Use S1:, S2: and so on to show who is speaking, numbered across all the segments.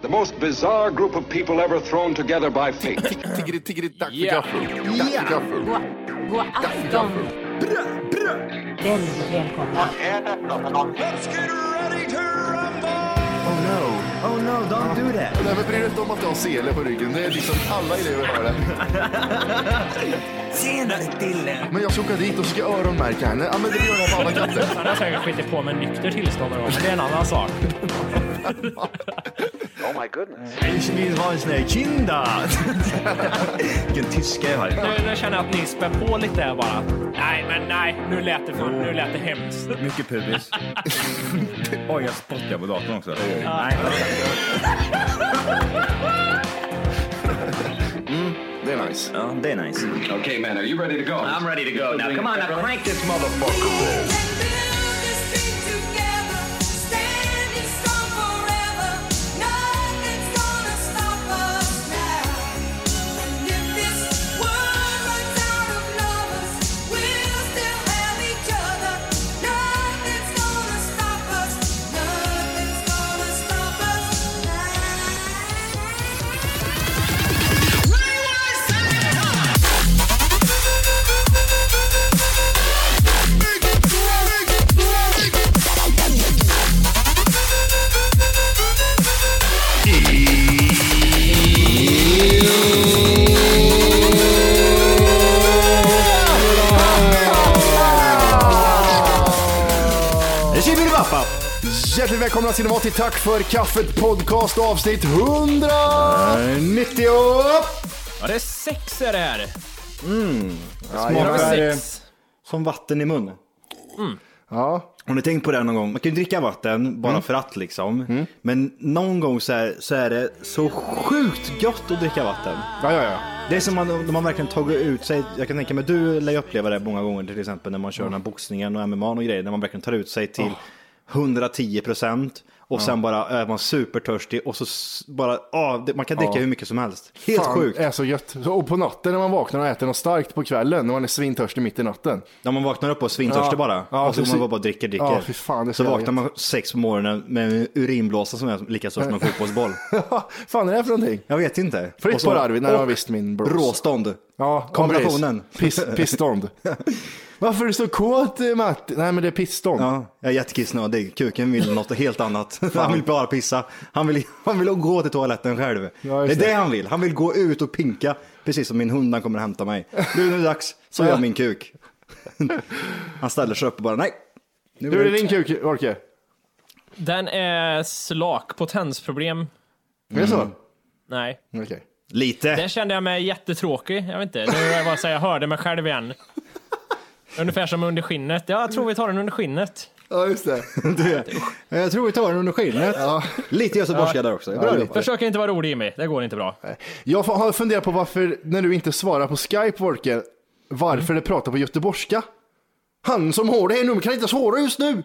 S1: The most bizarre group of people ever thrown together by fate.
S2: Tiggeri, tiggeri, dack för
S3: Ja.
S2: gaffel. Dack för gaffel.
S4: God, god afton. Väldigt välkomna.
S2: Oh no.
S5: Oh no, don't do that.
S2: Nej, men bryr dig inte om att du har sele på ryggen. Det är liksom alla elever har det.
S5: Senare, Dille.
S2: Men jag ska åka dit och ska öronmärka henne. Ja, men det gör jag på alla katter.
S3: Han har säkert skitit på med nykter tillstånd och men det är en annan sak.
S5: Ich vill ha en sån här kinda. Vilken tyska jag har.
S3: Nu, nu känner jag att ni spär på lite här bara. Nej, men nej, nu lät det, för, nu lät det hemskt.
S6: Mycket pubis. Oj, jag spottar på datorn också. Nej.
S2: Det är nice.
S6: Ja, det är nice.
S1: okay, man, are you ready to go?
S7: I'm ready to go now. Come on, now crank this motherfucker.
S5: Tjibbilibappa!
S2: Hjärtligt välkomna ska ni vara till Tack för kaffet podcast avsnitt 100! 90!
S3: Ja, det är sex är det här.
S5: Smakar eh,
S3: Sex.
S5: som vatten i munnen.
S2: Ja,
S5: Har ni tänkt på det någon gång? Man kan ju dricka vatten bara för att liksom. Men någon gång så är, så är det så sjukt gott att dricka vatten.
S2: ja, ja. ja.
S5: Det är som man, när man verkligen tagit ut sig. Jag kan tänka mig, du lär ju uppleva det många gånger till exempel när man kör den här boxningen och MMA och grejer. När man verkligen tar ut sig till 110 procent. Och sen bara är man supertörstig och så s- bara, ah, det, man kan dricka hur mycket som helst. Helt
S2: Fan, Eh.
S5: sjukt.
S2: är så gött. Så- Och på natten när man vaknar och äter något starkt på kvällen, när man är svintörstig mitt i natten.
S5: När man vaknar upp och är svintörstig
S2: Ja.
S5: bara.
S2: Ja,
S5: och så går
S2: precis.
S5: man bara och dricker, dricker.
S2: Ja, fy fan, det är
S5: så
S2: så jävla
S5: vaknar man sex på morgonen med en urinblåsa som är lika stor som en fotbollsboll.
S2: fan är det här för någonting?
S5: Jag vet inte.
S2: Eh. Fritt
S5: Och så-
S2: på Arvid, när har
S5: och
S2: visst min bros.
S5: Råstånd.
S2: Ja,
S5: Kombinationen.
S2: Piss, pissstånd. Varför är du så kåt eh, Matt? Nej men det är pissstånd.
S5: Ja, jag är jättekissnödig. Kuken vill något helt annat. Han vill bara pissa. Han vill, han vill gå till toaletten själv.
S2: Ja,
S5: det är
S2: just
S5: det.
S2: det.
S5: han vill. Han vill gå ut och pinka. Precis som min hund han kommer och hämta mig. Du, nu är det dags. Så gör min kuk. Han ställer sig upp och bara nej. Nu
S2: Hur är
S5: vill
S2: din kuk Orke?
S3: Den är slak. Potensproblem?
S2: Är det så?
S3: Nej.
S2: Okej.
S3: Där
S5: Lite.
S3: kände jag mig jättetråkig. Jag vet inte. Nu var jag, bara så här, jag hörde mig själv igen. Ungefär som under skinnet. Ja, jag tror vi tar den under skinnet.
S2: Ja just det.
S5: Du, jag tror vi tar den under skinnet. Lite göteborgska där också. Bra jobbat.
S3: Försök inte vara rolig Jimmy. Det går inte bra.
S2: Jag har funderat på varför, när du inte svarar på Skype Orke, varför du pratar på göteborgska. Han som har det här numret kan inte svara just nu.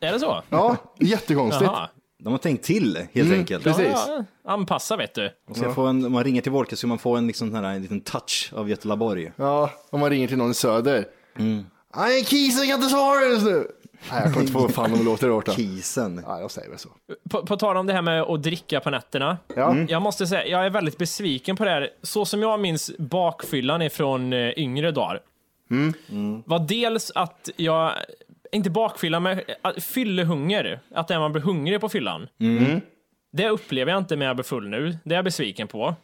S3: Är det så?
S2: Ja, jättekonstigt.
S3: Jaha.
S5: De har tänkt till helt enkelt.
S2: Mm, precis.
S3: Ja, anpassa vet du.
S5: Man ska få en, om man ringer till Wolke så ska man få en, liksom, sån här, en liten touch av Göteborg.
S2: Ja, om man ringer till någon i söder. Nej, kisen kan inte svara just nu. Nej, jag kommer inte få fan om det låter hårt. då.
S5: Kisen.
S2: Ja, jag säger väl så.
S3: På, på tal om det här med att dricka på nätterna.
S2: Ja.
S3: Jag måste säga, jag är väldigt besviken på det här. Så som jag minns bakfyllan ifrån eh, yngre dagar. Var dels att jag, inte bakfylla, men eh, fyllehunger. Att det är man blir hungrig på fyllan. Det upplever jag inte när jag blir full nu. Det är jag besviken på.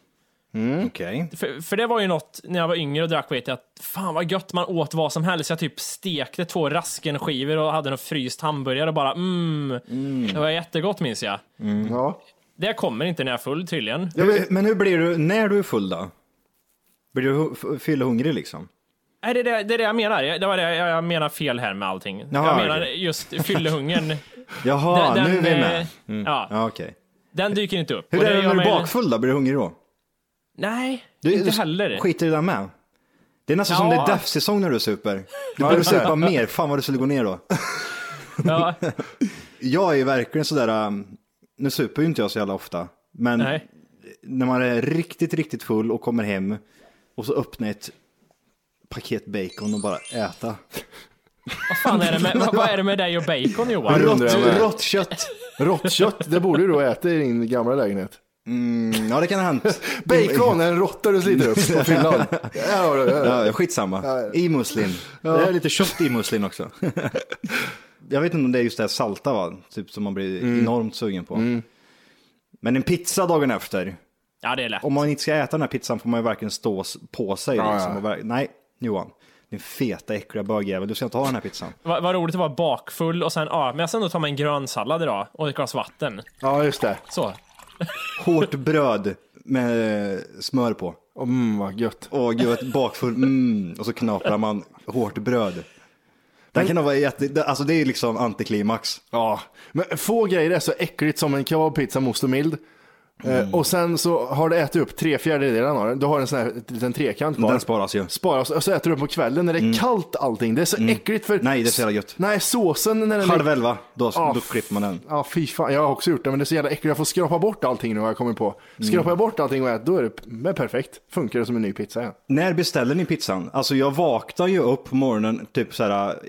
S5: Okej.
S3: För, för det var ju något när jag var yngre och drack vet jag att fan vad gött man åt vad som helst. Jag typ stekte två raskenskivor och hade en fryst hamburgare och bara mm, Det var jättegott minns jag.
S2: Ja.
S3: Det kommer inte när jag är full tydligen.
S5: Men, men hur blir du när du är full då? Blir du hu- f- fyllehungrig liksom?
S3: Nej, det, är det, det är det jag menar. Jag- Det var det jag, jag menar fel här med allting.
S5: Jaha,
S3: jag menar
S5: okej.
S3: just fyllehungern.
S5: Jaha,
S3: Den-
S5: nu är vi
S3: den,
S5: med. Mm.
S3: eh, ja.
S5: Ja, okej.
S3: Den dyker inte upp.
S5: Hur
S3: Och
S5: är det
S3: gör
S5: när du är
S3: mig-
S5: bakfull då? Blir du hungrig då?
S3: Nej,
S5: Du,
S3: inte
S5: du
S3: heller.
S5: Skiter i det där med? Det är nästan som
S3: Ja.
S5: det är DAF-säsong när du super. Du borde supa mer. Fan vad du skulle gå ner då.
S3: Ja,
S5: Jag är ju verkligen sådär, um, nu super ju inte jag så jävla ofta, men
S3: nej.
S5: när man är riktigt, riktigt full och kommer hem och så öppnar ett paket bacon och bara äta.
S3: Vad fan är det med, vad, vad är det med dig och bacon Johan?
S2: undrar
S5: Rått,
S2: jag med.
S5: rått kött.
S2: Råttkött, det borde du då äta i din gamla lägenhet.
S5: Mm, ja, det kan ha hänt.
S2: Bacon är en råtta du sliter upp på fyllan. Där har du det.
S5: Eh, Ja, skitsamma. I muslin. Det är lite kött i muslin också. Jag vet inte om det är just det här salta va? Typ som man blir enormt sugen på. Men en pizza dagen efter.
S3: Ja, det är lätt.
S5: Om man inte ska äta den här pizzan får man ju verkligen stå s- på sig.
S2: Ja,
S5: liksom,
S2: ja.
S5: och verk- Nej, Johan. Din feta äckliga bögjävel. Du ska inte ha den här pizzan.
S3: Vad vad roligt att vara bakfull och sen, ja, men jag ska ändå ta mig en grönsallad idag och ett glas vatten.
S2: Ja, just det.
S3: Så.
S5: Hårt bröd med smör på.
S2: Mm, vad gött.
S5: Åh gud, bakfull, mm. Och så knaprar man hårt bröd. Det här kan nog vara jätte, det- alltså det är liksom antiklimax.
S2: Ja, men få grejer är så äckligt som en kebabpizza most och mild. Eh, och sen så har du ätit upp tre fjärdedelar av den. Du har en sån här liten trekant kvar.
S5: Den sparas ju.
S2: Sparas och så alltså äter du den på kvällen när det är kallt allting. Det är så äckligt för...
S5: Mm. Nej, det är så jävla gött.
S2: Nej, såsen när den
S5: Halv elva, då,
S2: Ja,
S5: då
S2: f-
S5: klipper man den.
S2: Ja, fy fan. Jag har också gjort det, men det är så jävla äckligt. Jag får skrapa bort allting nu har jag kommit på.
S5: Mm.
S2: Skrapar jag bort allting och äter, då är det men perfekt. Funkar det som en ny pizza igen.
S5: När beställer ni pizzan? Alltså jag vaknar ju upp på morgonen, typ så här,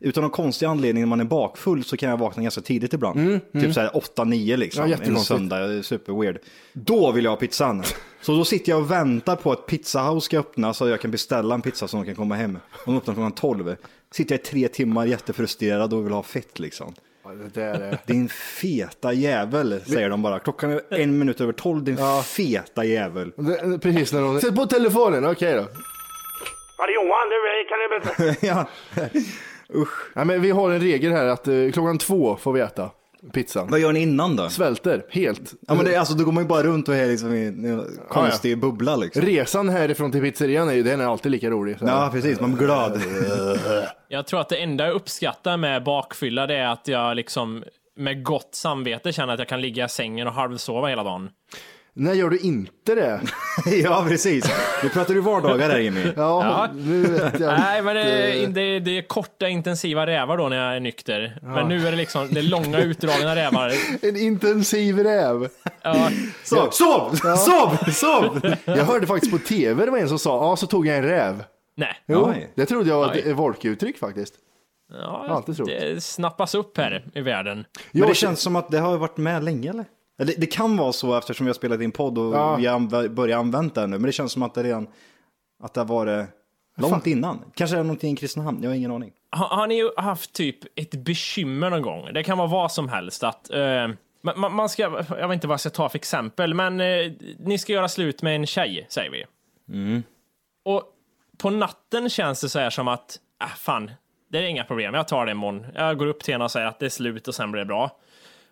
S5: utan någon konstig anledning när man är bakfull så kan jag vakna ganska tidigt ibland. typ så här 8-9
S2: Mm, Ja,
S5: liksom, en
S2: jättekonstigt.
S5: söndag, super weird. Då vill jag ha pizzan. Så då sitter jag och väntar på att Pizza House ska öppna så jag kan beställa en pizza så de kan komma hem. Och de öppnar klockan 12. Sitter jag i tre timmar jättefrustrerad och vill ha fett liksom.
S2: Ja, det där är...
S5: Din feta jävel, säger de bara. Klockan är en minut över tolv, din feta jävel.
S2: Det- Precis när de... Sätt på telefonen, okej då.
S4: Ja, det är Johan, du eh, kan du väl...
S5: ja.
S2: Ja, men vi har en regel här att eh, klockan två får vi äta pizzan.
S5: Vad gör ni innan då?
S2: Svälter helt.
S5: Ja, men det, är- alltså, då går man ju bara runt och är liksom i en konstig bubbla liksom.
S2: Resan härifrån till pizzerian är ju den är alltid lika rolig. Så.
S5: Ja, precis. Man blir glad.
S3: Jag tror att det enda jag uppskattar med bakfylla det är att jag liksom med gott samvete känner att jag kan ligga i sängen och halvsova hela dagen.
S2: När gör du inte det?
S5: ja, precis. Nu pratar du vardagar där Jimmy.
S2: Ja,
S3: Ja.
S2: nu vet jag
S3: Nej, men det, är-
S2: inte.
S3: det, är- det är korta intensiva rävar då när jag är nykter. Men nu är det liksom det är långa utdragna rävar.
S2: En intensiv räv.
S3: Ja,
S5: Sov, sov, sov, sov!
S2: Jag hörde faktiskt på tv, det var en som sa, ja så tog jag en räv.
S3: nej.
S2: Jo,
S5: Oj.
S2: det trodde jag var
S3: Oj.
S2: ett volkuttryck faktiskt.
S3: Ja,
S2: alltid trott.
S3: det snappas upp här i världen.
S5: Men det
S2: Jag-
S5: känns som att det har varit med länge eller? Ja, Det, det kan vara så eftersom vi har spelat in podd och
S2: Ja.
S5: vi har anv- börjat använda det här nu. Men det känns som att det redan, att det har varit långt innan. Kanske är det någonting i Kristinehamn, jag har ingen aning.
S3: Har, har ni haft typ ett bekymmer någon gång? Det kan vara vad som helst. Att, eh, man, man- man ska, jag vet inte vad jag ska ta för exempel, men eh, ni ska göra slut med en tjej, säger vi. Och på natten känns det så här som att, ah, fan, det är inga problem, jag tar det imorgon. Jag går upp till henne och säger att det är slut och sen blir det bra.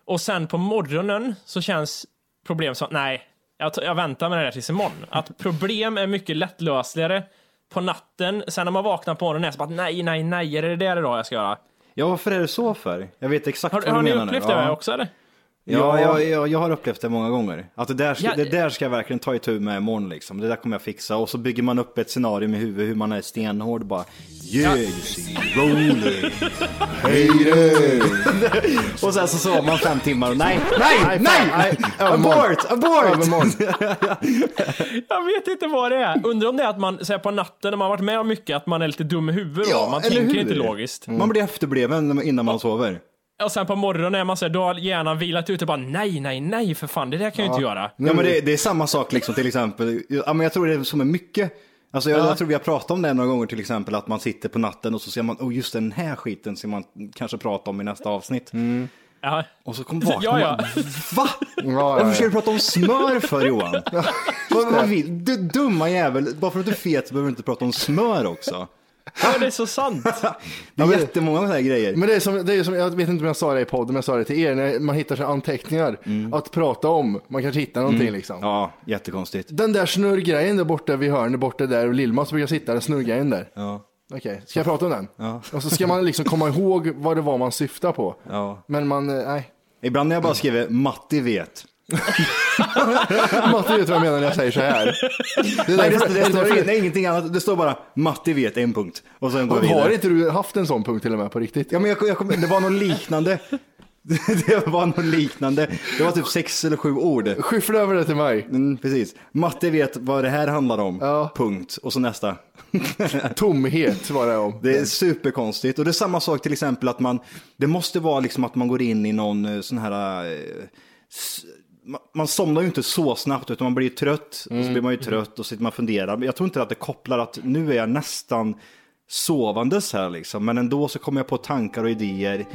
S3: Och sen på morgonen så känns problem som, nej, jag, t- jag väntar med det där tills imorgon. Att problem är mycket lättlösligare på natten. Sen när man vaknar på morgonen är det så bara, nej, nej, nej, är det det där idag jag ska göra?
S5: Ja, varför är det så för? Jag vet exakt
S3: Har,
S5: vad du
S3: har ni
S5: menar
S3: upplevt
S5: nu.
S3: det
S5: Ja.
S3: också eller?
S5: Ja,
S2: Ja.
S5: jag, jag, jag har upplevt det många gånger. Att det där, ska,
S3: Ja.
S5: det där ska jag verkligen ta itu med imorgon liksom. Det där kommer jag fixa. Och så bygger man upp ett scenario med huvudet hur man är stenhård bara. Yeah, you see, rolling. och sen så sover man fem timmar och nej, nej, nej!
S2: nej,
S5: Abort, abort!
S2: Övermorgon.
S3: Jag vet inte vad det är. Undrar om det är att man så här, på natten när man har varit med om mycket, att man är lite dum i huvudet
S5: Ja,
S3: då. Man
S5: eller
S3: tänker
S5: hur?
S3: inte logiskt.
S5: Man blir efterbliven när- innan man sover.
S3: Och sen på morgonen är man så här, då har hjärnan vilat ut och bara, nej, nej, nej, för fan, det där kan jag ju inte göra.
S5: Ja men det, det är samma sak liksom till exempel. Ja, men jag tror det är som är mycket. Alltså jag, jag tror vi har pratat om det några gånger till exempel att man sitter på natten och så ser man, oh just den här skiten ska man kanske prata om i nästa avsnitt.
S3: Ja.
S5: Och så kom
S3: Ja,
S5: vaknar
S3: ja.
S5: man, va?
S2: ja,
S5: Varför ska
S2: ja.
S5: du prata om smör för Johan? Vad vad vill du? Dumma jävel, bara för att du är fet så behöver du inte prata om smör också.
S3: ja, det är så sant.
S5: Det är jättemånga sådana här grejer.
S2: Men det är, som, det är som, jag vet inte om jag sa det i podden, men jag sa det till er, när man hittar så här anteckningar att prata om. Man kanske hittar någonting liksom.
S5: Mm. Ja, jättekonstigt.
S2: Den där snurrgrejen där borta vid hörnet borta där och Lill-Mats brukar sitta, den snurrgrejen där.
S5: Ja.
S2: Okej, ska jag prata om den? Och så ska man liksom komma ihåg vad det var man syftar på.
S5: Ja.
S2: Men man, eh, nej.
S5: Ibland när jag bara skriver Matti vet.
S2: Matte vet vad jag menar när jag säger så här. Det är
S5: Nej, det,
S2: därför-
S5: det,
S2: det är
S5: står
S2: därför-
S5: ing- nej, ingenting annat. Det står bara Matti vet en punkt. Och sen går jag vidare.
S2: Har inte du haft en sån punkt till och med på riktigt?
S5: Ja, men jag, jag kom, det var något liknande. Det var något liknande. Det var typ sex eller sju ord.
S2: Skyffla över det till mig.
S5: Mm, precis. Matte vet vad det här handlar om.
S2: Ja.
S5: Punkt. Och så nästa.
S2: Tomhet var det om.
S5: Det är superkonstigt. Och det är samma sak till exempel att man, det måste vara liksom att man går in i någon eh, sån här eh, s- man, man somnar ju inte så snabbt utan man blir ju trött. Och så blir man ju trött och sitter man och funderar. Men jag tror inte att det kopplar att nu är jag nästan sovandes här liksom. Men ändå så kommer jag på tankar och idéer.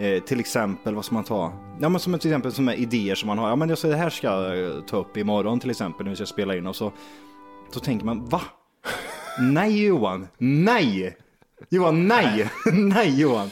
S5: Eh, till exempel, vad ska man ta? Ja men som till exempel som är idéer som man har. Ja men jag säger det här ska jag eh, ta upp imorgon till exempel när vi ska spela in. Och så, så tänker man, va? Nej Johan, nej! Johan, nej! nej Johan!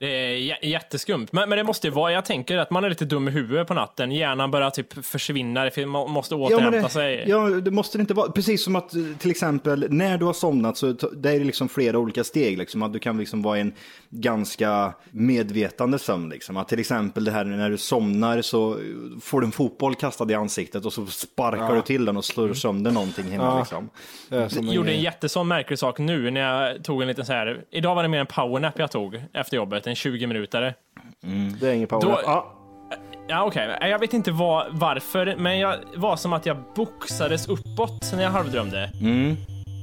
S3: Det är jä- jätteskumt. Men, men det måste ju vara, jag tänker att man är lite dum i huvudet på natten. Hjärnan börjar typ försvinna, det fin- man måste
S5: Ja, men
S3: återhämta sig.
S5: det, ja, det måste det inte vara. Precis som att eh, till exempel när du har somnat så t- det är det liksom flera olika steg. Liksom, att du kan liksom vara i en ganska medvetande sömn. Liksom. Att till exempel det här när du somnar så eh, får du en fotboll kastad i ansiktet och så sparkar du till den och
S3: Mm.
S5: slår sönder någonting hemma. Liksom.
S3: Jag gjorde en jättesån märklig sak nu när jag tog en liten så här. Idag var det mer en powernap jag tog efter jobbet, en 20 minutare.
S2: Mm, Det är ingen power. Ah.
S3: Då-
S2: Ja.
S3: Ja, okej. Jag vet inte vad, varför, men jag var som att jag boxades uppåt när jag halvdrömde.
S2: Mm.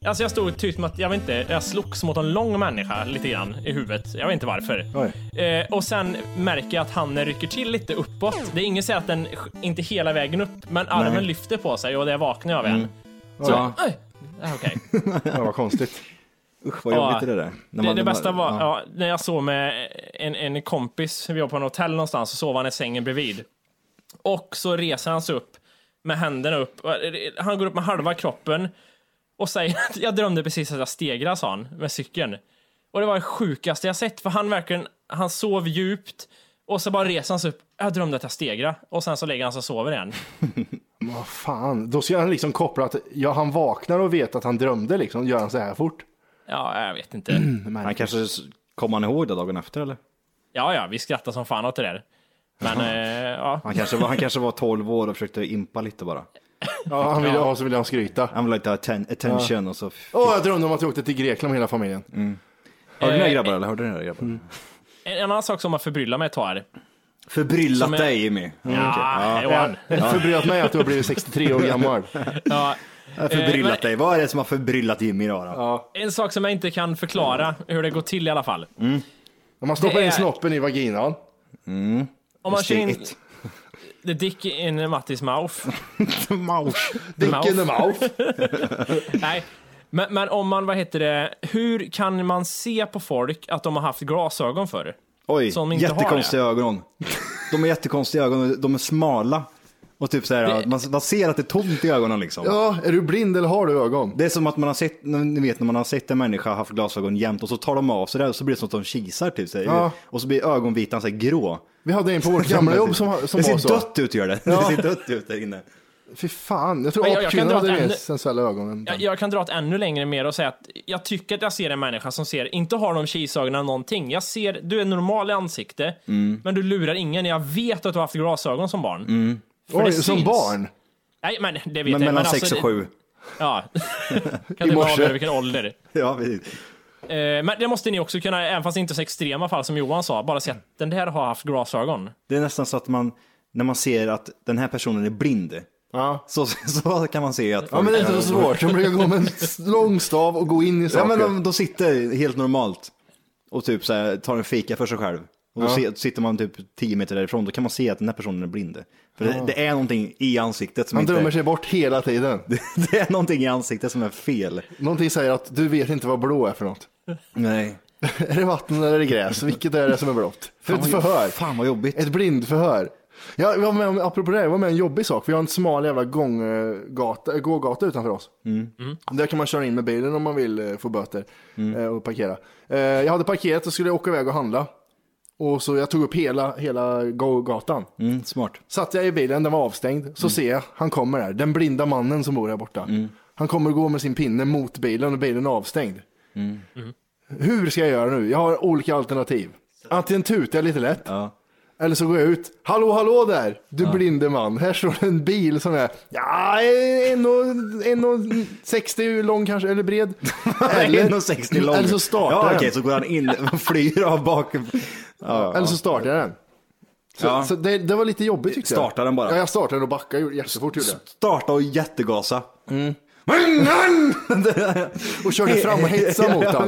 S3: Alltså jag stod typ som att, jag vet inte, jag slogs mot en lång människa lite grann i huvudet. Jag vet inte varför. Eh, och sen märker jag att handen rycker till lite uppåt. Det är inget så att den, sk- inte hela vägen upp, men armen lyfter på sig och det vaknar jag av
S2: Mm.
S3: igen. Så,
S5: Ja.
S3: "Oj!" Ah, okej.
S5: Ja, vad konstigt. Usch vad
S3: Ja.
S5: jobbigt är det där. När
S3: Det,
S5: man-
S3: det bästa var
S5: ja.
S3: ja, när jag sov med en, en kompis, vi var på en hotell någonstans och sov han i sängen bredvid. Och så reser han sig upp med händerna upp. eh, Han går upp med halva kroppen och säger att jag drömde precis att jag stegrade, sa han, med cykeln. Och det var det sjukaste jag sett, för han verkligen, han sov djupt och så bara reser han sig upp. Jag drömde att jag stegrade och sen så lägger han sig och sover igen.
S2: Vad fan, då ska han liksom koppla att ja, han vaknar och vet att han drömde liksom, gör han så här fort.
S3: Ja, jag vet inte.
S5: Han kanske s- kom han ihåg det dagen efter eller?
S3: Ja, ja, vi skrattar som fan åt det där. Men, eh, ja.
S5: Han kanske, var, han kanske var 12 år och försökte impa lite bara.
S2: Ja, han ville, ja. så ville han skryta.
S5: Han ville ha lite atten- attention och så
S2: Åh, jag drömde om att jag åkte till Grekland med hela familjen.
S5: Hörde ni det här, grabbar eller? Hörde ni det här, grabbar?
S3: En, en annan sak som har förbryllat mig ett tag här.
S5: Förbryllat
S3: Som är-
S5: dig Jimmy. Mm, okej.
S3: Ja, Johan.
S2: Jag har förbryllat mig att du har blivit 63 år gammal.
S3: Ja.
S5: Jag har Förbryllat dig. Vad är det som har förbryllat Jimmy idag då?
S3: En sak som jag inte kan förklara hur det går till i alla fall.
S2: Om man stoppar
S3: Det är-
S2: in snoppen i vaginan.
S3: Om man kör
S5: Steg
S3: in
S5: ett.
S3: the dick in Mattis mouth.
S2: Dick
S3: mouth.
S2: in the mouth.
S3: Nej. Men, men om man, vad heter det, hur kan man se på folk att de har haft glasögon förr?
S5: Oj,
S3: Som inte har
S5: jättekonstiga ögon. De är jättekonstiga ögon och de är smala. Och typ så här,
S3: Det-
S5: man, man ser att det är tomt i ögonen liksom.
S2: Ja, är du blind eller har du ögon?
S5: Det är som att man har sett, ni vet när man har sett en människa ha haft glasögon jämt och så tar de av sig det och så blir det som att de kisar typ. Så här.
S2: Ja.
S5: Och så blir ögonvitan så här grå.
S2: Vi hade en på vårt gamla jobb som, som
S5: det
S2: var
S5: ser
S2: så.
S5: dött ut gör det. Det ser dött ut där inne.
S2: Fy fan, jag tror
S3: Men jag- jag kan
S2: apkvinnan
S3: dra
S2: hade
S3: ett
S2: mer
S3: ännu-
S2: sensuella ögon. än
S3: Jag,
S2: den.
S3: jag kan dra ett ännu längre mer och säga att jag tycker att jag ser en människa som ser, inte har de kisögonen eller någonting. Jag ser, du är normal i ansikte, men du lurar ingen. Jag vet att du har haft glasögon som barn. För
S2: Oj,
S3: det
S2: som
S3: syns.
S2: barn.
S3: Nej, men det vet
S5: Men
S3: jag.
S5: mellan
S3: alltså,
S5: 6 och
S3: det-
S5: 7.
S3: Ja. kan du
S2: morse.
S3: avgöra vilken ålder.
S5: Ja, precis.
S3: Eh, Men det måste ni också kunna, även fast det inte är så extrema fall som Johan sa, bara se att den där har haft glasögon.
S5: Det är nästan så att man, när man ser att den här personen är blind,
S2: Ja.
S5: så, så kan man se att
S2: ja, men det är inte så svårt. De brukar gå med en lång stav och gå in i saker.
S5: Ja men de, de sitter helt normalt och typ så här, tar en fika för sig själv. Och då se- sitter man typ 10 meter därifrån, då kan man se att den här personen är blind. För det, det är någonting i ansiktet som
S2: Man
S5: inte...
S2: drömmer sig bort hela tiden.
S5: Det är någonting i ansiktet som är fel.
S2: Någonting säger att du vet inte vad blå är för något.
S5: Nej.
S2: Är det vatten eller är det gräs? Vilket är det som är blått? För ett förhör.
S5: Fan vad jobbigt.
S2: Ett blindförhör. Jag var med om, apropå det, här, jag var med om en jobbig sak. Vi har en smal jävla gånggata, gågata utanför oss.
S5: Mm.
S2: Där kan man köra in med bilen om man vill eh, få böter
S5: Mm.
S2: eh, och parkera. Eh, Jag hade parkerat och skulle åka iväg och handla. Och så jag tog upp hela, hela gågatan.
S5: Mm, smart.
S2: Satt jag i bilen, den var avstängd, så
S5: Mm.
S2: ser jag, han kommer där, den blinda mannen som bor här borta. Han kommer och går med sin pinne mot bilen och bilen är avstängd.
S5: Mm.
S2: Mm. Hur ska jag göra nu? Jag har olika alternativ. Antingen tutar jag lite lätt, eller så går jag ut. Hallå, hallå där, du blinde man. Här står en bil som är, ja, en och, en och 60 lång kanske, eller bred.
S5: Eller 1,60 lång.
S2: Eller så startar
S5: Ja
S2: den.
S5: okej, så går han in och flyr av bakom. Ja,
S2: Eller så startar jag den. Så,
S5: Ja.
S2: så det, det var lite jobbigt tyckte jag.
S5: Starta den bara.
S2: Ja, jag startade den och backade gjorde- jättefort. Gjorde jag.
S5: Starta och jättegasa.
S2: Och körde fram och hetsade mot
S5: Ja
S2: honom.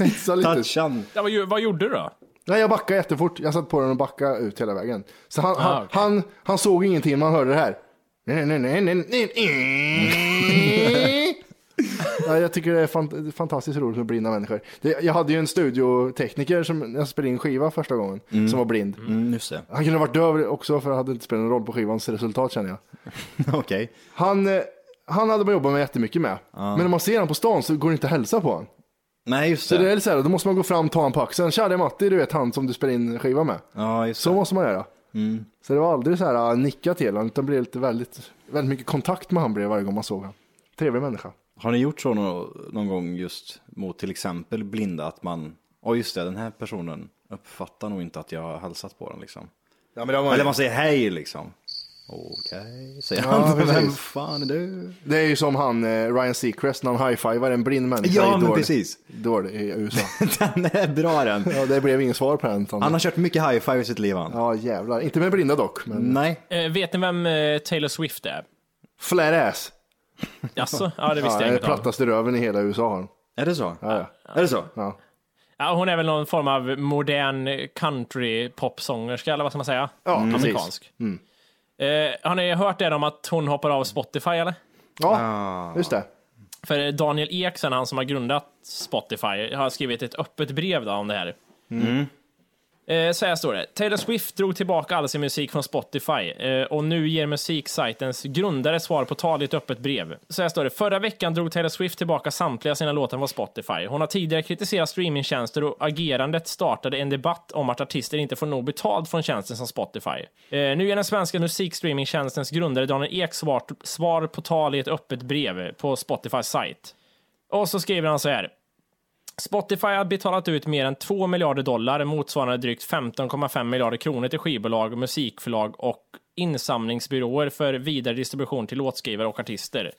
S2: Hetsa lite.
S5: Touchan. Mm,
S3: Ja, vad, gjo- vad gjorde du då?
S2: Nej, jag backade jättefort. Jag satt på den och backade ut hela vägen. Så han,
S5: Ah,
S2: han,
S3: okej.
S2: han, han såg ingenting, man hörde det här. Nej, nej, nej, nej, nej, nej. Ja, jag tycker det är fant- fantastiskt roligt med blinda människor. Det, jag hade ju en studiotekniker som när jag spelade in skiva första gången, som var blind.
S5: Mm, just det.
S2: Han kunde ha varit döv också, för det hade inte spelat någon roll på skivans resultat känner jag.
S5: Okej.
S2: Han, eh, han hade man jobbat med jättemycket med.
S5: Ah.
S2: Men när man ser honom på stan så går det inte att hälsa på honom.
S5: Nej, just
S2: Så det
S5: det.
S2: är så här, då måste man gå fram, ta honom på axeln. Tja, det är Matti, du vet han som du spelar in skiva med.
S5: Ja, just
S2: Så
S5: det.
S2: måste man göra.
S5: Mm.
S2: Så det var aldrig så här äh, nicka till honom, utan blev lite väldigt, väldigt mycket kontakt med han blev varje gång man såg honom. Trevlig människa.
S5: Har ni gjort så någon, någon gång just mot till exempel blinda att man, ja just det, den här personen uppfattar nog inte att jag har hälsat på den liksom.
S2: Ja, men det,
S5: Eller man säger hej liksom. Okej, säger han.
S2: precis.
S5: Vem fan är du?
S2: det är ju som han eh, Ryan Seacrest när han high-fivar en blind människa
S5: Ja,
S2: i
S5: men
S2: Dord-
S5: precis.
S2: Dord i USA.
S5: Den är bra den.
S2: ja, det blev inget svar på den. utan-
S5: Han har kört mycket high-five i sitt liv han.
S2: Ja, jävlar. Inte med blinda dock, men
S5: Nej.
S3: Eh, vet ni vem eh, Taylor Swift är?
S2: flat ass.
S3: Jaså? Ja, det
S2: Ja,
S3: visste jag
S2: den
S3: inget om.
S2: plattaste röven i hela USA har han.
S5: Är det så?
S2: Ja, ja.
S5: Är det så?
S2: Ja.
S3: Ja, hon är väl någon form av modern country popsångerska eller vad ska man säga? Mm.
S2: Ja, precis.
S3: Amerikansk. Eh, har ni hört det om att hon hoppar av Spotify eller?
S2: Ja,
S5: Ah.
S2: just det.
S3: För Daniel Ek, sen han som har grundat Spotify, har skrivit ett öppet brev då om det här. Eh, Så här står det. Taylor Swift drog tillbaka all sin musik från Spotify eh, och nu ger musiksajtens grundare svar på tal i ett öppet brev. Så här står det. Förra veckan drog Taylor Swift tillbaka samtliga sina låtar från Spotify. Hon har tidigare kritiserat streamingtjänster och agerandet startade en debatt om att artister inte får nog betalt från tjänsten som Spotify. Eh, Nu ger den svenska musikstreamingtjänstens grundare Daniel Ek svar, svar på tal i ett öppet brev på Spotifys sajt. Och så skriver han så här. Spotify har betalat ut mer än 2 miljarder dollar, motsvarande drygt 15,5 miljarder kronor till skivbolag, musikförlag och insamlingsbyråer för vidare distribution till låtskrivare och artister.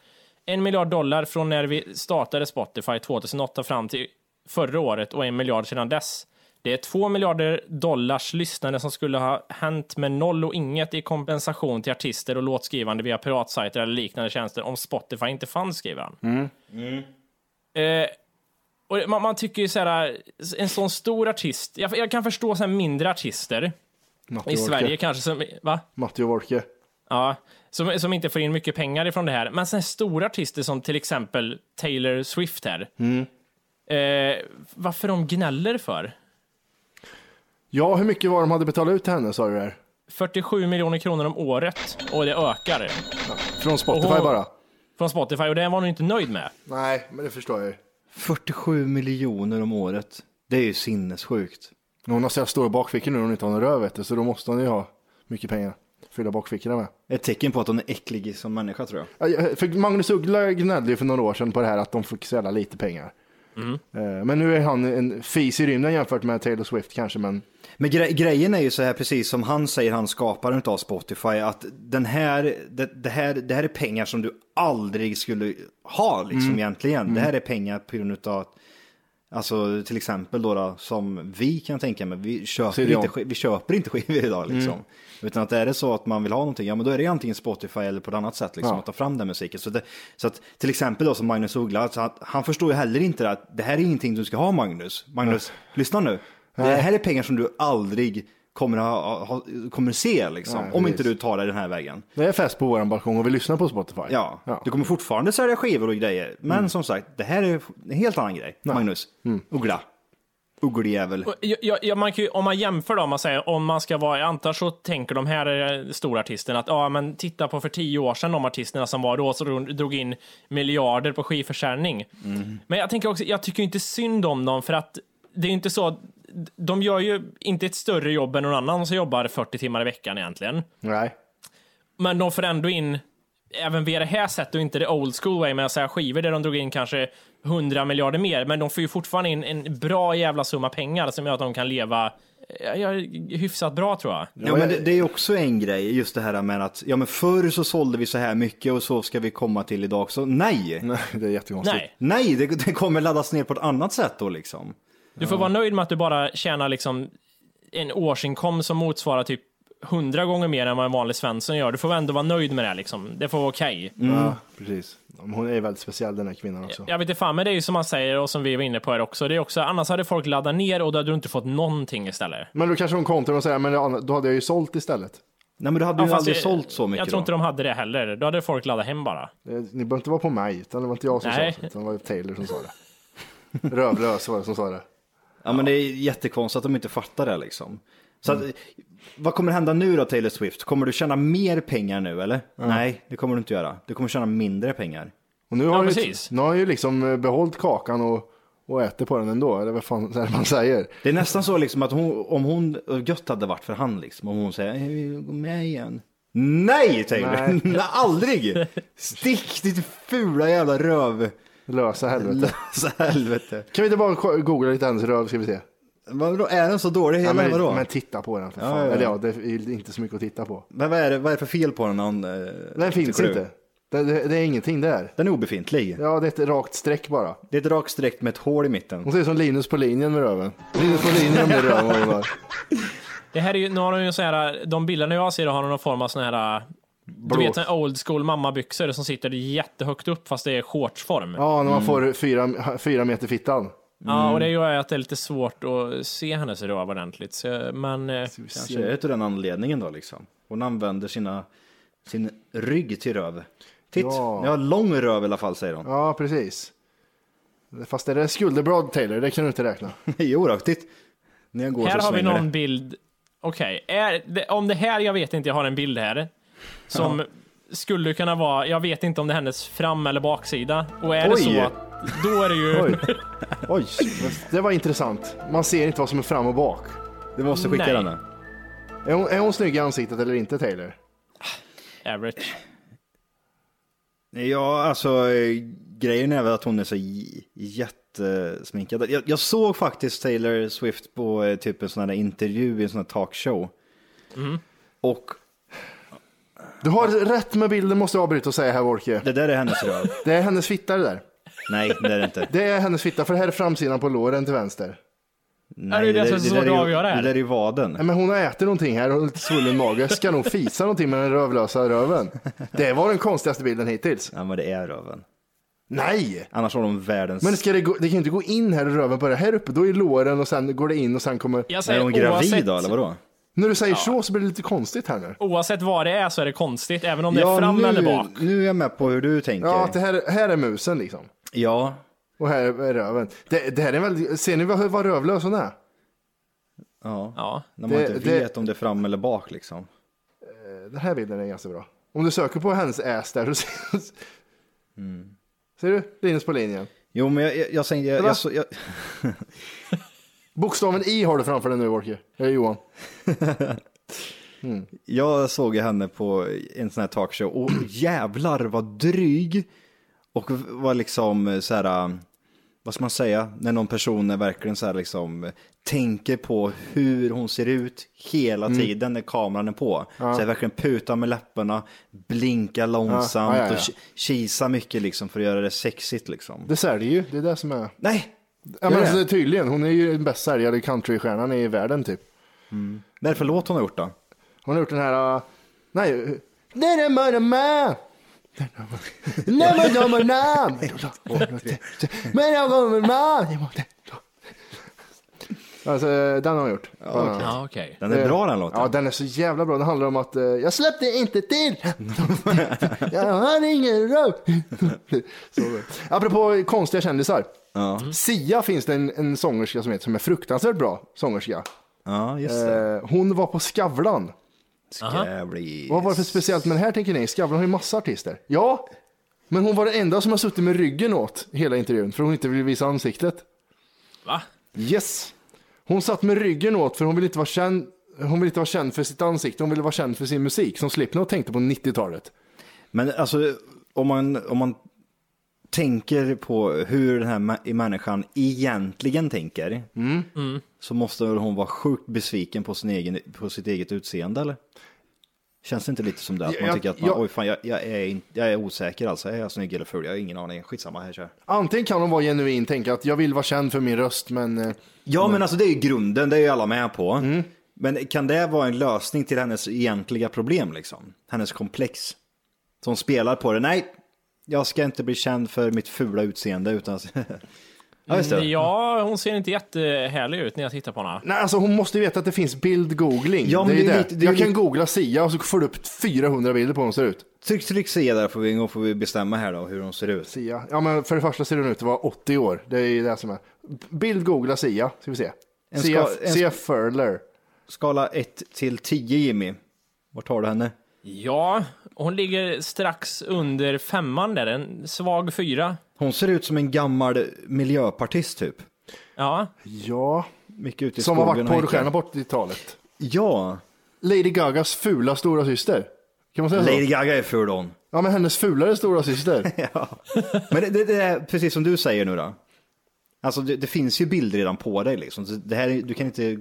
S3: En miljard dollar från när vi startade Spotify 2008 fram till förra året och en miljard sedan dess. Det är 2 miljarder dollars lyssnande som skulle ha hänt med noll och inget i kompensation till artister och låtskrivande via piratsajter eller liknande tjänster om Spotify inte fanns, skriver han. Eh, och man, man tycker ju så här, eh, en sån stor artist, jag, jag kan förstå så här mindre artister
S2: Matti
S3: i
S2: och
S3: Sverige
S2: Wolke.
S3: kanske, som, va?
S2: Matti och Wolke.
S3: Ja, som, som inte får in mycket pengar ifrån det här. Men sen stora artister som till exempel Taylor Swift här. Eh, varför de gnäller för?
S2: Ja, hur mycket var de hade betalat ut till henne sa du där?
S3: 47 miljoner kronor om året och det ökar
S2: Från Spotify
S3: Oho.
S2: bara?
S3: från Spotify och det var hon inte nöjd med.
S2: Nej, men det förstår jag ju.
S5: 47 miljoner om året. Det är ju sinnessjukt.
S2: Hon har så här stora bakfickor nu när hon inte har någon röv vet du, så då måste hon ju ha mycket pengar. att Fylla bakfickorna med.
S5: Ett tecken på att hon är äcklig som människa tror jag.
S2: Ja, ja, För Magnus Uggla gnällde ju för några år sedan på det här att de fick så jävla lite pengar. Eh, Men nu är han en fis i rymden jämfört med Taylor Swift kanske, men
S5: Men gre- grejen är ju så här, precis som han säger, han skaparen av Spotify, att den här, det, det, här, det här är pengar som du aldrig skulle ha liksom egentligen. Det här är pengar på grund av att, alltså till exempel då, då som vi kan tänka mig, vi köper,
S2: CDON.
S5: inte, sk- vi köper inte skivor idag
S2: Mm.
S5: liksom. Utan att är det så att man vill ha någonting, ja men då är det antingen Spotify eller på ett annat sätt liksom,
S2: Ja.
S5: att ta fram den musiken. Så, det, så att till exempel då som Magnus Uggla, alltså, att han förstår ju heller inte att det här är ingenting du ska ha Magnus. Magnus, lyssna nu. Det här är pengar som du aldrig kommer, ha, ha, kommer se liksom,
S2: Nej,
S5: om
S2: precis.
S5: inte du tar dig den här vägen.
S2: det är fest på våran balkong och vi lyssnar på Spotify.
S5: Ja, du kommer fortfarande sälja skivor och grejer. Men
S2: Mm.
S5: som sagt, det här är en helt annan grej. Magnus, Uggla. Uggeljävel.
S3: Och jag- jag- jag- man kan ju- Om man jämför då, om man, säger, om man ska vara, jag antar så tänker de här eh, stora artisterna att ja, men titta på för tio år sedan de artisterna som var då, så drog, drog in miljarder på skivförsäljning. Men jag tänker också, jag tycker ju inte synd om dem för att det är ju inte så, de gör ju inte ett större jobb än någon annan som jobbar 40 timmar i veckan egentligen.
S2: Nej.
S3: Men de får ändå in, även via det här sättet och inte det old school way med att säga skivor där de drog in kanske 100 miljarder mer, men de får ju fortfarande in en bra jävla summa pengar som gör att de kan leva eh, ja, ja, hyfsat bra tror jag.
S5: Ja, men det, det är också en grej, just det här med att ja, men förr så sålde vi så här mycket och så ska vi komma till idag också. Nej!
S2: Nej, det är jättekonstigt.
S3: Nej,
S5: Nej, det, det kommer laddas ner på ett annat sätt då liksom.
S3: du får vara nöjd med att du bara tjänar liksom en årsinkomst som motsvarar typ hundra gånger mer än vad en vanlig svensson gör. Du får ändå vara nöjd med det här, liksom. Det får vara okej.
S2: Ja, precis. Hon är väldigt speciell den här kvinnan också.
S3: Jag vet inte fan, men det är ju som man säger och som vi var inne på här också. Det är också, annars hade folk laddat ner och då hade du inte fått någonting istället.
S2: Men då kanske hon kontrar och säger, men ja, då hade jag ju sålt istället.
S5: Nej men du hade ju
S3: fast
S5: aldrig
S3: det-
S5: sålt så mycket
S3: Jag tror
S5: då.
S3: inte de hade det heller. Då hade folk laddat hem bara.
S2: Eh, Ni behöver inte vara på mig, utan det var inte jag som
S3: Nej.
S2: sa det, utan det var Taylor som sa det. Rövlös var det som sa det.
S5: Ja men det är jättekonstigt att de inte fattar det liksom. Så att, vad kommer hända nu då Taylor Swift? Kommer du tjäna mer pengar nu eller? Nej, det kommer du inte göra. Du kommer tjäna mindre pengar.
S2: Och nu har, hon ju,
S3: precis.
S2: nu har hon ju liksom eh, behållit kakan och, och äter på den ändå, eller vad fan är det man säger?
S5: Det är nästan så liksom att hon, om hon, gött hade varit för han liksom, om hon säger jag vill gå med igen. Nej Taylor,
S2: Nej.
S5: Nej. aldrig! Stick ditt fula jävla röv.
S2: Lösa helvete.
S5: Så helvete.
S2: Kan vi inte bara ko- googla lite hennes röv ska vi se?
S5: Vadå, är den så dålig?
S2: Ja,
S5: Hela,
S2: men,
S5: vadå?
S2: men titta på den för fan.
S5: Ja, ja, ja.
S2: Eller ja, det är inte så mycket att titta på.
S5: Men vad är, det, vad är det för fel på den? när hon, eh,
S2: Den finns
S5: tycker du?
S2: inte. Det, det, det är ingenting där.
S5: Den är obefintlig.
S2: Ja, det är ett rakt streck bara.
S5: Det är ett rakt streck med ett hål i mitten.
S2: Hon ser ut som Linus på linjen med röven. Linus på linjen med röven var det bara.
S3: Det här är ju, nu har de ju så här, de bilderna jag ser har de någon form av sån här, eh, du vet en old school mammabyxor som sitter jättehögt upp fast det är shortsform. Ja.
S2: Ja, när
S5: Mm.
S2: man får fyra, fyra meter fittan.
S3: och det gör ju att det är lite svårt att se hennes röv ordentligt. Så, men eh,
S5: Kanske är det den anledningen då liksom. Hon använder sina, sin rygg till röv. Titt,
S2: Ja.
S5: jag har lång röv i alla fall säger hon.
S2: Ja, precis. Fast är det skulderblad, Taylor? Det kan du inte räkna.
S5: jo då, titt. När jag går
S3: här
S5: så
S3: har vi
S5: svänger
S3: någon
S5: det.
S3: bild, okej, är det- om det här, jag vet inte, jag har en bild här som skulle kunna vara, jag vet inte om det är hennes fram eller baksida. Och är det
S5: Oj.
S3: så att, då är det ju,
S2: Oj. Oj, det var intressant. Man ser inte vad som är fram och bak.
S5: Du måste skicka
S3: Nej.
S5: den här.
S2: Är hon, är hon snygg i ansiktet eller inte, Taylor?
S3: average.
S5: Ja, alltså eh, grejen är väl att hon är så j- jättesminkad. Jag, jag såg faktiskt Taylor Swift på eh, typ en sån här intervju i en sån här talkshow.
S3: Mm.
S5: Och
S2: Du har rätt med bilden måste jag avbryta och säga här, Wolke.
S5: det där är hennes röv.
S2: Det är hennes fitta det där.
S5: Nej, det är det inte.
S2: Det är hennes fitta, för det här är framsidan på låren till vänster.
S5: Nej,
S3: det är det som
S5: där-
S3: är så
S5: där
S3: svårt att
S5: ju-
S3: avgöra här.
S5: Det där är ju vaden.
S2: Nej, Men hon har ätit någonting här och har lite svullen mage. Ska nog fisa någonting med den rövlösa röven. Det var den konstigaste bilden hittills.
S5: Ja, men det är röven.
S2: Nej!
S5: Annars har de världens...
S2: Men ska det, gå, det kan ju inte gå in här i röven bara här uppe. Då är låren och sen går det in och sen kommer...
S3: Jag
S5: är
S3: säger,
S5: hon gravid
S3: oavsett-
S5: då, eller vadå?
S2: När du säger så så blir det lite konstigt här nu.
S3: Oavsett vad det är så är det konstigt, även om det är fram
S5: nu,
S3: eller bak.
S5: nu är jag med på hur du tänker.
S2: Ja, att det här, här är musen liksom.
S5: Ja.
S2: Och här är röven. Det, det här är väl, ser ni vad, vad rövlös hon är?
S5: ja.
S3: Ja.
S5: När man
S2: Det-
S5: inte
S2: det-
S5: vet om det är fram eller bak liksom.
S2: Den här bilden är ganska bra. Om du söker på hennes ass där så ser du...
S5: Mm.
S2: Ser du? Linus på linjen.
S5: Jo, men jag, jag, jag, tänkte- jag,
S2: Va?
S5: jag, så- jag,
S2: Bokstaven I har du framför dig nu, Wolke. Eller Johan.
S5: Jag såg ju henne på en sån här talkshow och jävlar vad dryg och var liksom så här, vad ska man säga, när någon person är verkligen så här liksom tänker på hur hon ser ut hela
S2: Mm.
S5: tiden när kameran är på. Så här, verkligen puta med läpparna, blinka långsamt
S2: Ja, ja, ja, ja.
S5: och ki- kisa mycket liksom för att göra det sexigt liksom.
S2: Det säljer ju. Det är det som är...
S5: Nej!
S2: Ja,
S5: Gör
S2: men
S5: det?
S2: alltså, tydligen. Hon är ju den bäst säljade countrystjärnan i världen typ.
S5: Vad är det för låt hon har gjort då?
S2: Hon har gjort den här... Uh, nej. uh, Nej, nej, nej, nej, nej. Nej, nej, nej, nej, nej. Men jag kommer med. Alltså, den har hon gjort.
S3: Ja, okej.
S5: Den är bra den låten.
S2: Ja, den är så jävla bra. Den handlar om att eh, jag släppte inte till. jag har ingen röv. Så. Apropå konstiga kändisar. Sia finns det en, en sångerska som heter som är fruktansvärt bra sångerska.
S5: Ja, just det.
S2: Eh, hon var på Skavlan.
S5: Skavlis.
S2: Eh, Vad var det för speciellt med den här tänker ni? Skavlan har ju massa artister. Ja, men hon var den enda som har suttit med ryggen åt hela intervjun för hon inte ville visa ansiktet.
S3: Va?
S2: Yes. Hon satt med ryggen åt för hon ville inte vara känd, hon ville inte vara känd för sitt ansikte, hon ville vara känd för sin musik som Slipknot tänkte på 90-talet.
S5: Men alltså, om man, om man tänker på hur den här mä- människan egentligen tänker, så måste väl hon vara sjukt besviken på, sin egen, på sitt eget utseende, eller? Känns det inte lite som det? Att man
S2: Jag-
S5: tycker att man,
S2: jag-
S5: oj fan, jag, jag, är, in- jag är osäker alltså. Är jag snygg eller ful? Jag har ingen aning. Skitsamma, här kör.
S2: Antingen kan hon vara genuin, tänka att jag vill vara känd för min röst, men eh,
S5: Ja, men alltså det är ju grunden, det är ju alla med på.
S2: Mm.
S5: Men kan det vara en lösning till hennes egentliga problem, liksom? Hennes komplex? Som spelar på det? Nej, jag ska inte bli känd för mitt fula utseende utan...
S2: Mm,
S5: ja, just det.
S3: Ja, hon ser inte jättehärlig ut när jag tittar på henne.
S2: Nej, alltså hon måste ju veta att det finns bildgoogling.
S5: Ja, men
S2: det är
S5: det är
S2: det.
S5: lite- det är
S2: jag kan
S5: lite-
S2: googla Sia och så får du upp 400 bilder på hur hon ser ut.
S5: Tryck, tryck se där får vi, får vi bestämma här då hur hon ser ut.
S2: Sia. Ja, men för det första ser hon ut att vara 80 år. Det är ju det som är. Bild googla Sia, ska vi se.
S5: En
S2: Sia,
S5: ska- en
S2: Sia Furler.
S5: Skala 1 till 10 Jimmy. Vart har du henne?
S3: Ja, hon ligger strax under femman där, en svag fyra.
S5: Hon ser ut som en gammal miljöpartist typ.
S3: Ja,
S2: Ja,
S5: Mycket ute i
S2: som har varit
S5: skogen och
S2: porrstjärna
S5: hittar-
S2: på 80-talet.
S5: Ja,
S2: Lady Gagas fula stora syster. Kan man säga så?
S5: Lady Gaga är ful hon.
S2: Ja, men hennes fulare stora syster.
S5: Men det, det, det är precis som du säger nu då. Alltså det, det finns ju bilder redan på dig liksom. Så Det här, är- du kan inte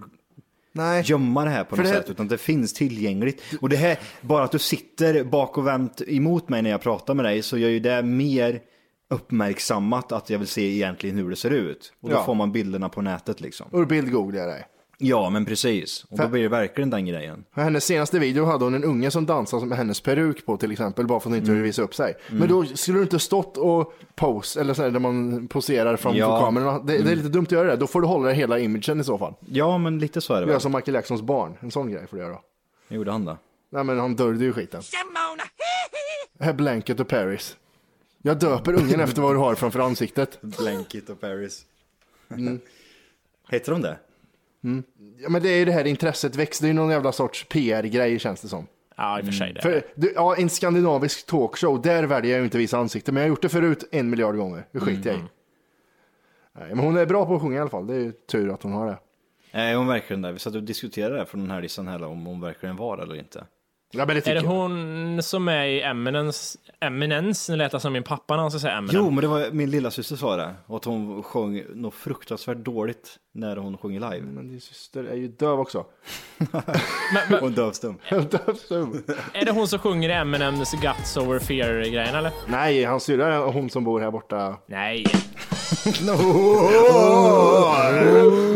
S2: Nej.
S5: gömma det här
S2: För
S5: på något
S2: det här-
S5: sätt utan det finns tillgängligt. Och det här, bara att du sitter bak och vänt emot mig när jag pratar med dig så gör ju det mer uppmärksammat att jag vill se egentligen hur det ser ut. Och då
S2: Ja.
S5: får man bilderna på nätet liksom.
S2: Och bildgooglar jag dig.
S5: Ja men precis, och då blir det verkligen den grejen.
S2: För hennes senaste video hade hon en unge som dansade med hennes peruk på till exempel, bara för att hon inte
S5: Mm.
S2: ville visa upp sig. Men då skulle du inte stått och pose, eller så här, där man poserar framför
S5: Ja. Mm.
S2: kameran. Det, det är lite dumt att göra det, då får du hålla dig hela imagen i så fall.
S5: Ja men lite så är det
S2: Gör
S5: väl.
S2: som Michael Jacksons barn, en sån grej får du göra.
S5: Vad gjorde han då?
S2: Nej men han döljde ju skiten. Här Blanket och Paris. Jag döper ungen efter vad du har framför ansiktet.
S5: Blanket och Paris. Mm. Heter de det?
S2: Ja, men det är ju det här intresset växer, det är ju någon jävla sorts PR-grej känns det som.
S3: ja i och för sig. Det.
S2: För, du, ja, en skandinavisk talkshow, där väljer jag ju inte visa ansikte, men jag har gjort det förut en miljard gånger. Det skiter jag
S3: Mm.
S2: i. Nej, men hon är bra på att sjunga i alla fall, det är ju tur att hon har det.
S5: Nej, hon verkligen där. Vi satt och diskuterade det från den här listan här om hon verkligen var eller inte.
S2: Ja, men det
S3: Är
S2: tycker
S3: det
S2: jag.
S3: hon som är i Eminence? Eminence? Nu lät det som min pappa när han ska säga Eminence.
S5: Jo, men det var min lilla syster sa det. Och att hon sjöng något fruktansvärt dåligt när hon sjöng live.
S2: Men din syster är ju döv också.
S5: Och dövstum.
S2: Dövstum.
S3: Är det hon som sjunger Eminems Guts Over Fear-grejen eller?
S2: Nej, hans syrra är hon som bor här borta.
S3: Nej.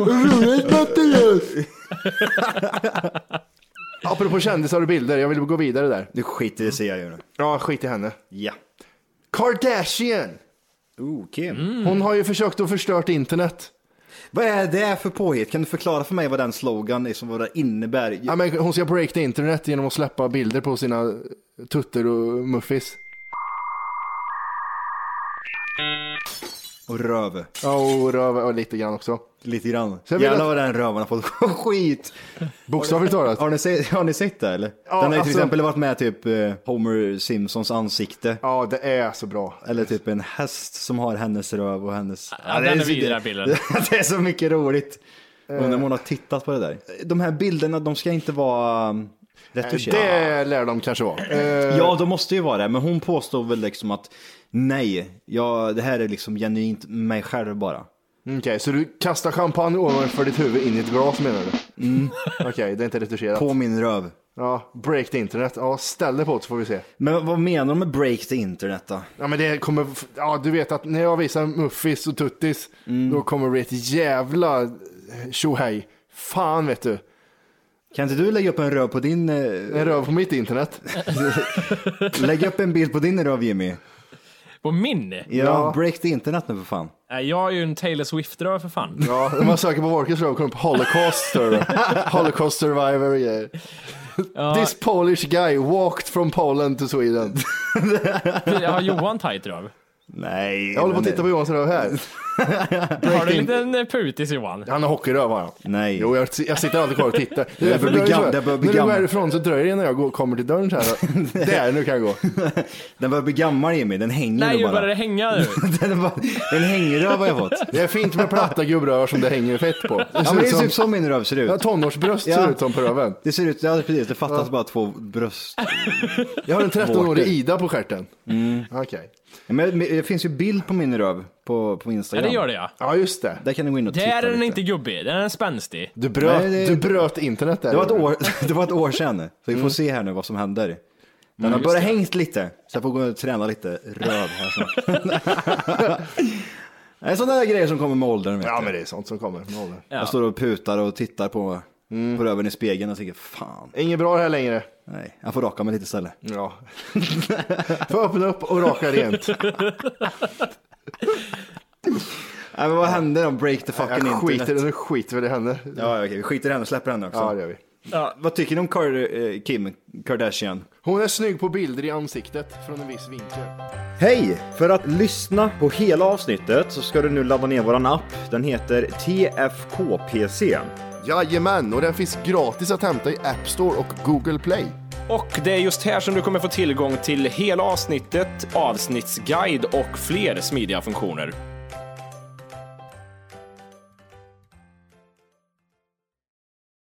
S2: Roligt Mattias! Apropå kändisar och bilder, jag vill gå vidare där.
S5: Nu skiter det sig jag gör nu.
S2: Ja, skit i henne.
S5: Ja.
S2: Kardashian!
S5: Oh, Kim.
S2: Hon har ju försökt att förstört internet.
S5: Vad är det för påhitt? Kan du förklara för mig vad den slogan är, som vad det innebär?
S2: Ja, men hon ska break the internet genom att släppa bilder på sina tuttar och muffis.
S5: Och röv.
S2: Ja, och röv och lite grann också.
S5: Lite grann.
S2: jag vill
S5: Jävlar
S2: att-
S5: vad den röven har fått skit.
S2: Bokstavligt talat.
S5: Har ni, se- har ni sett det eller?
S2: Ja,
S5: den har ju till
S2: alltså-
S5: exempel varit med typ eh, Homer Simpsons ansikte.
S2: Ja, det är så bra.
S5: Eller typ en häst som har hennes röv och hennes...
S3: Ja,
S5: det
S3: den är
S5: så-
S3: vidare, bilden.
S5: det är så mycket roligt. Undrar om hon har tittat på det där. De här bilderna, de ska inte vara um, retuscherade.
S2: Eh, Det lär de kanske vara. Eh,
S5: Ja, de måste ju vara det. Men hon påstår väl liksom att nej, ja, det här är liksom genuint mig själv bara.
S2: Okej, så du kastar champagne ovanför ditt huvud in i ett glas menar du? Mm. Okej, det är inte retuscherat.
S5: På min röv.
S2: Ja, break the internet. Ja, ställ dig på det så får vi se.
S5: Men vad menar de med break the internet då?
S2: Ja, men det kommer... Ja, du vet att när jag visar muffis och tuttis, då kommer det bli ett jävla tjohej. Fan vet du.
S5: Kan inte du lägga upp en röv på din... eh,
S2: En röv på mitt internet.
S5: lägga upp en bild på din röv Jimmy?
S3: På min?
S5: Ja,
S2: Ja.
S5: break the internet nu för fan.
S3: Nej, Jag är ju en Taylor Swift-röv för fan.
S2: Ja, när man söker på Walkers Road kommer det upp Holocaust. står det. Holocaust survivor och grejer. This Polish guy walked from Poland to Sweden.
S3: Jag har Johan tight röv.
S5: Nej.
S2: Jag håller på
S5: men
S2: att
S5: det-
S2: titta på Johans röv här.
S3: Har du en liten putis Johan?
S2: Han har hockeyröv har han.
S5: Nej.
S2: Jo, jag, jag sitter alltid kvar och tittar. Det är
S5: börjar
S2: därför
S5: bli
S2: det dröjer så
S5: gam-
S2: här.
S5: det börjar bli
S2: När du går
S5: gammal.
S2: härifrån så dröjer det när jag går, kommer till dörren så här. Där, nu kan jag gå.
S5: Den börjar bli gammal Jimmy, den hänger
S3: Nej,
S5: nu
S3: ju
S5: bara.
S3: bara det hänga nu.
S5: den, är bara en hängröv har jag fått.
S2: Det är fint med platta gubbrövar som det hänger fett på. Det
S5: Ja
S2: ser
S5: men
S2: ut
S5: det är
S2: som,
S5: typ som min röv ser
S2: ja,
S5: ut.
S2: tonårsbröst ser
S5: Ja.
S2: ut som på röven.
S5: Det ser ut, ja precis, det fattas bara två bröst.
S2: Jag har en 13-årig
S5: Vårtor.
S2: Ida på stjärten.
S5: Mm.
S2: Okej.
S5: Ja, Men det finns ju bild på min röv på, på
S3: Ja,
S5: Instagram.
S3: det gör det ja.
S2: Ja, just det.
S5: Där kan du gå in och titta
S3: Där är den
S5: lite.
S3: inte gubbig, där är den spänstig.
S2: Du bröt,
S5: Nej, det-
S2: du bröt internet där.
S5: det, var ett år, det var ett år sedan, så vi
S2: Mm.
S5: får se här nu vad som händer. Den har börjat hängt lite, så jag får gå och träna lite röv här snart. Det är sådana där grejer som kommer med åldern. vet
S2: Ja,
S5: du.
S2: men det är sånt som kommer från åldern. Mm.
S5: Jag står och putar och tittar på, på röven i spegeln och tänker fan.
S2: Inget bra det här längre.
S5: Nej, jag får raka mig lite istället.
S2: Ja. Får öppna upp och raka rent.
S5: Nej, men vad händer om break the fucking
S2: Jag skiter,
S5: internet?
S2: nu skiter vi i det händer.
S5: Ja, okej, vi skiter i henne, släpper henne också.
S2: Ja, det gör vi.
S5: Vad tycker ni om Kar- eh, Kim Kardashian?
S2: Hon är snygg på bilder i ansiktet från en viss vinkel.
S5: Hej! För att lyssna på hela avsnittet så ska du nu ladda ner våran app. Den heter TFKPC.
S8: Jajamän, och den finns gratis att hämta i App Store och Google Play.
S3: Och det är just här som du kommer få tillgång till hela avsnittet, avsnittsguide och fler smidiga funktioner.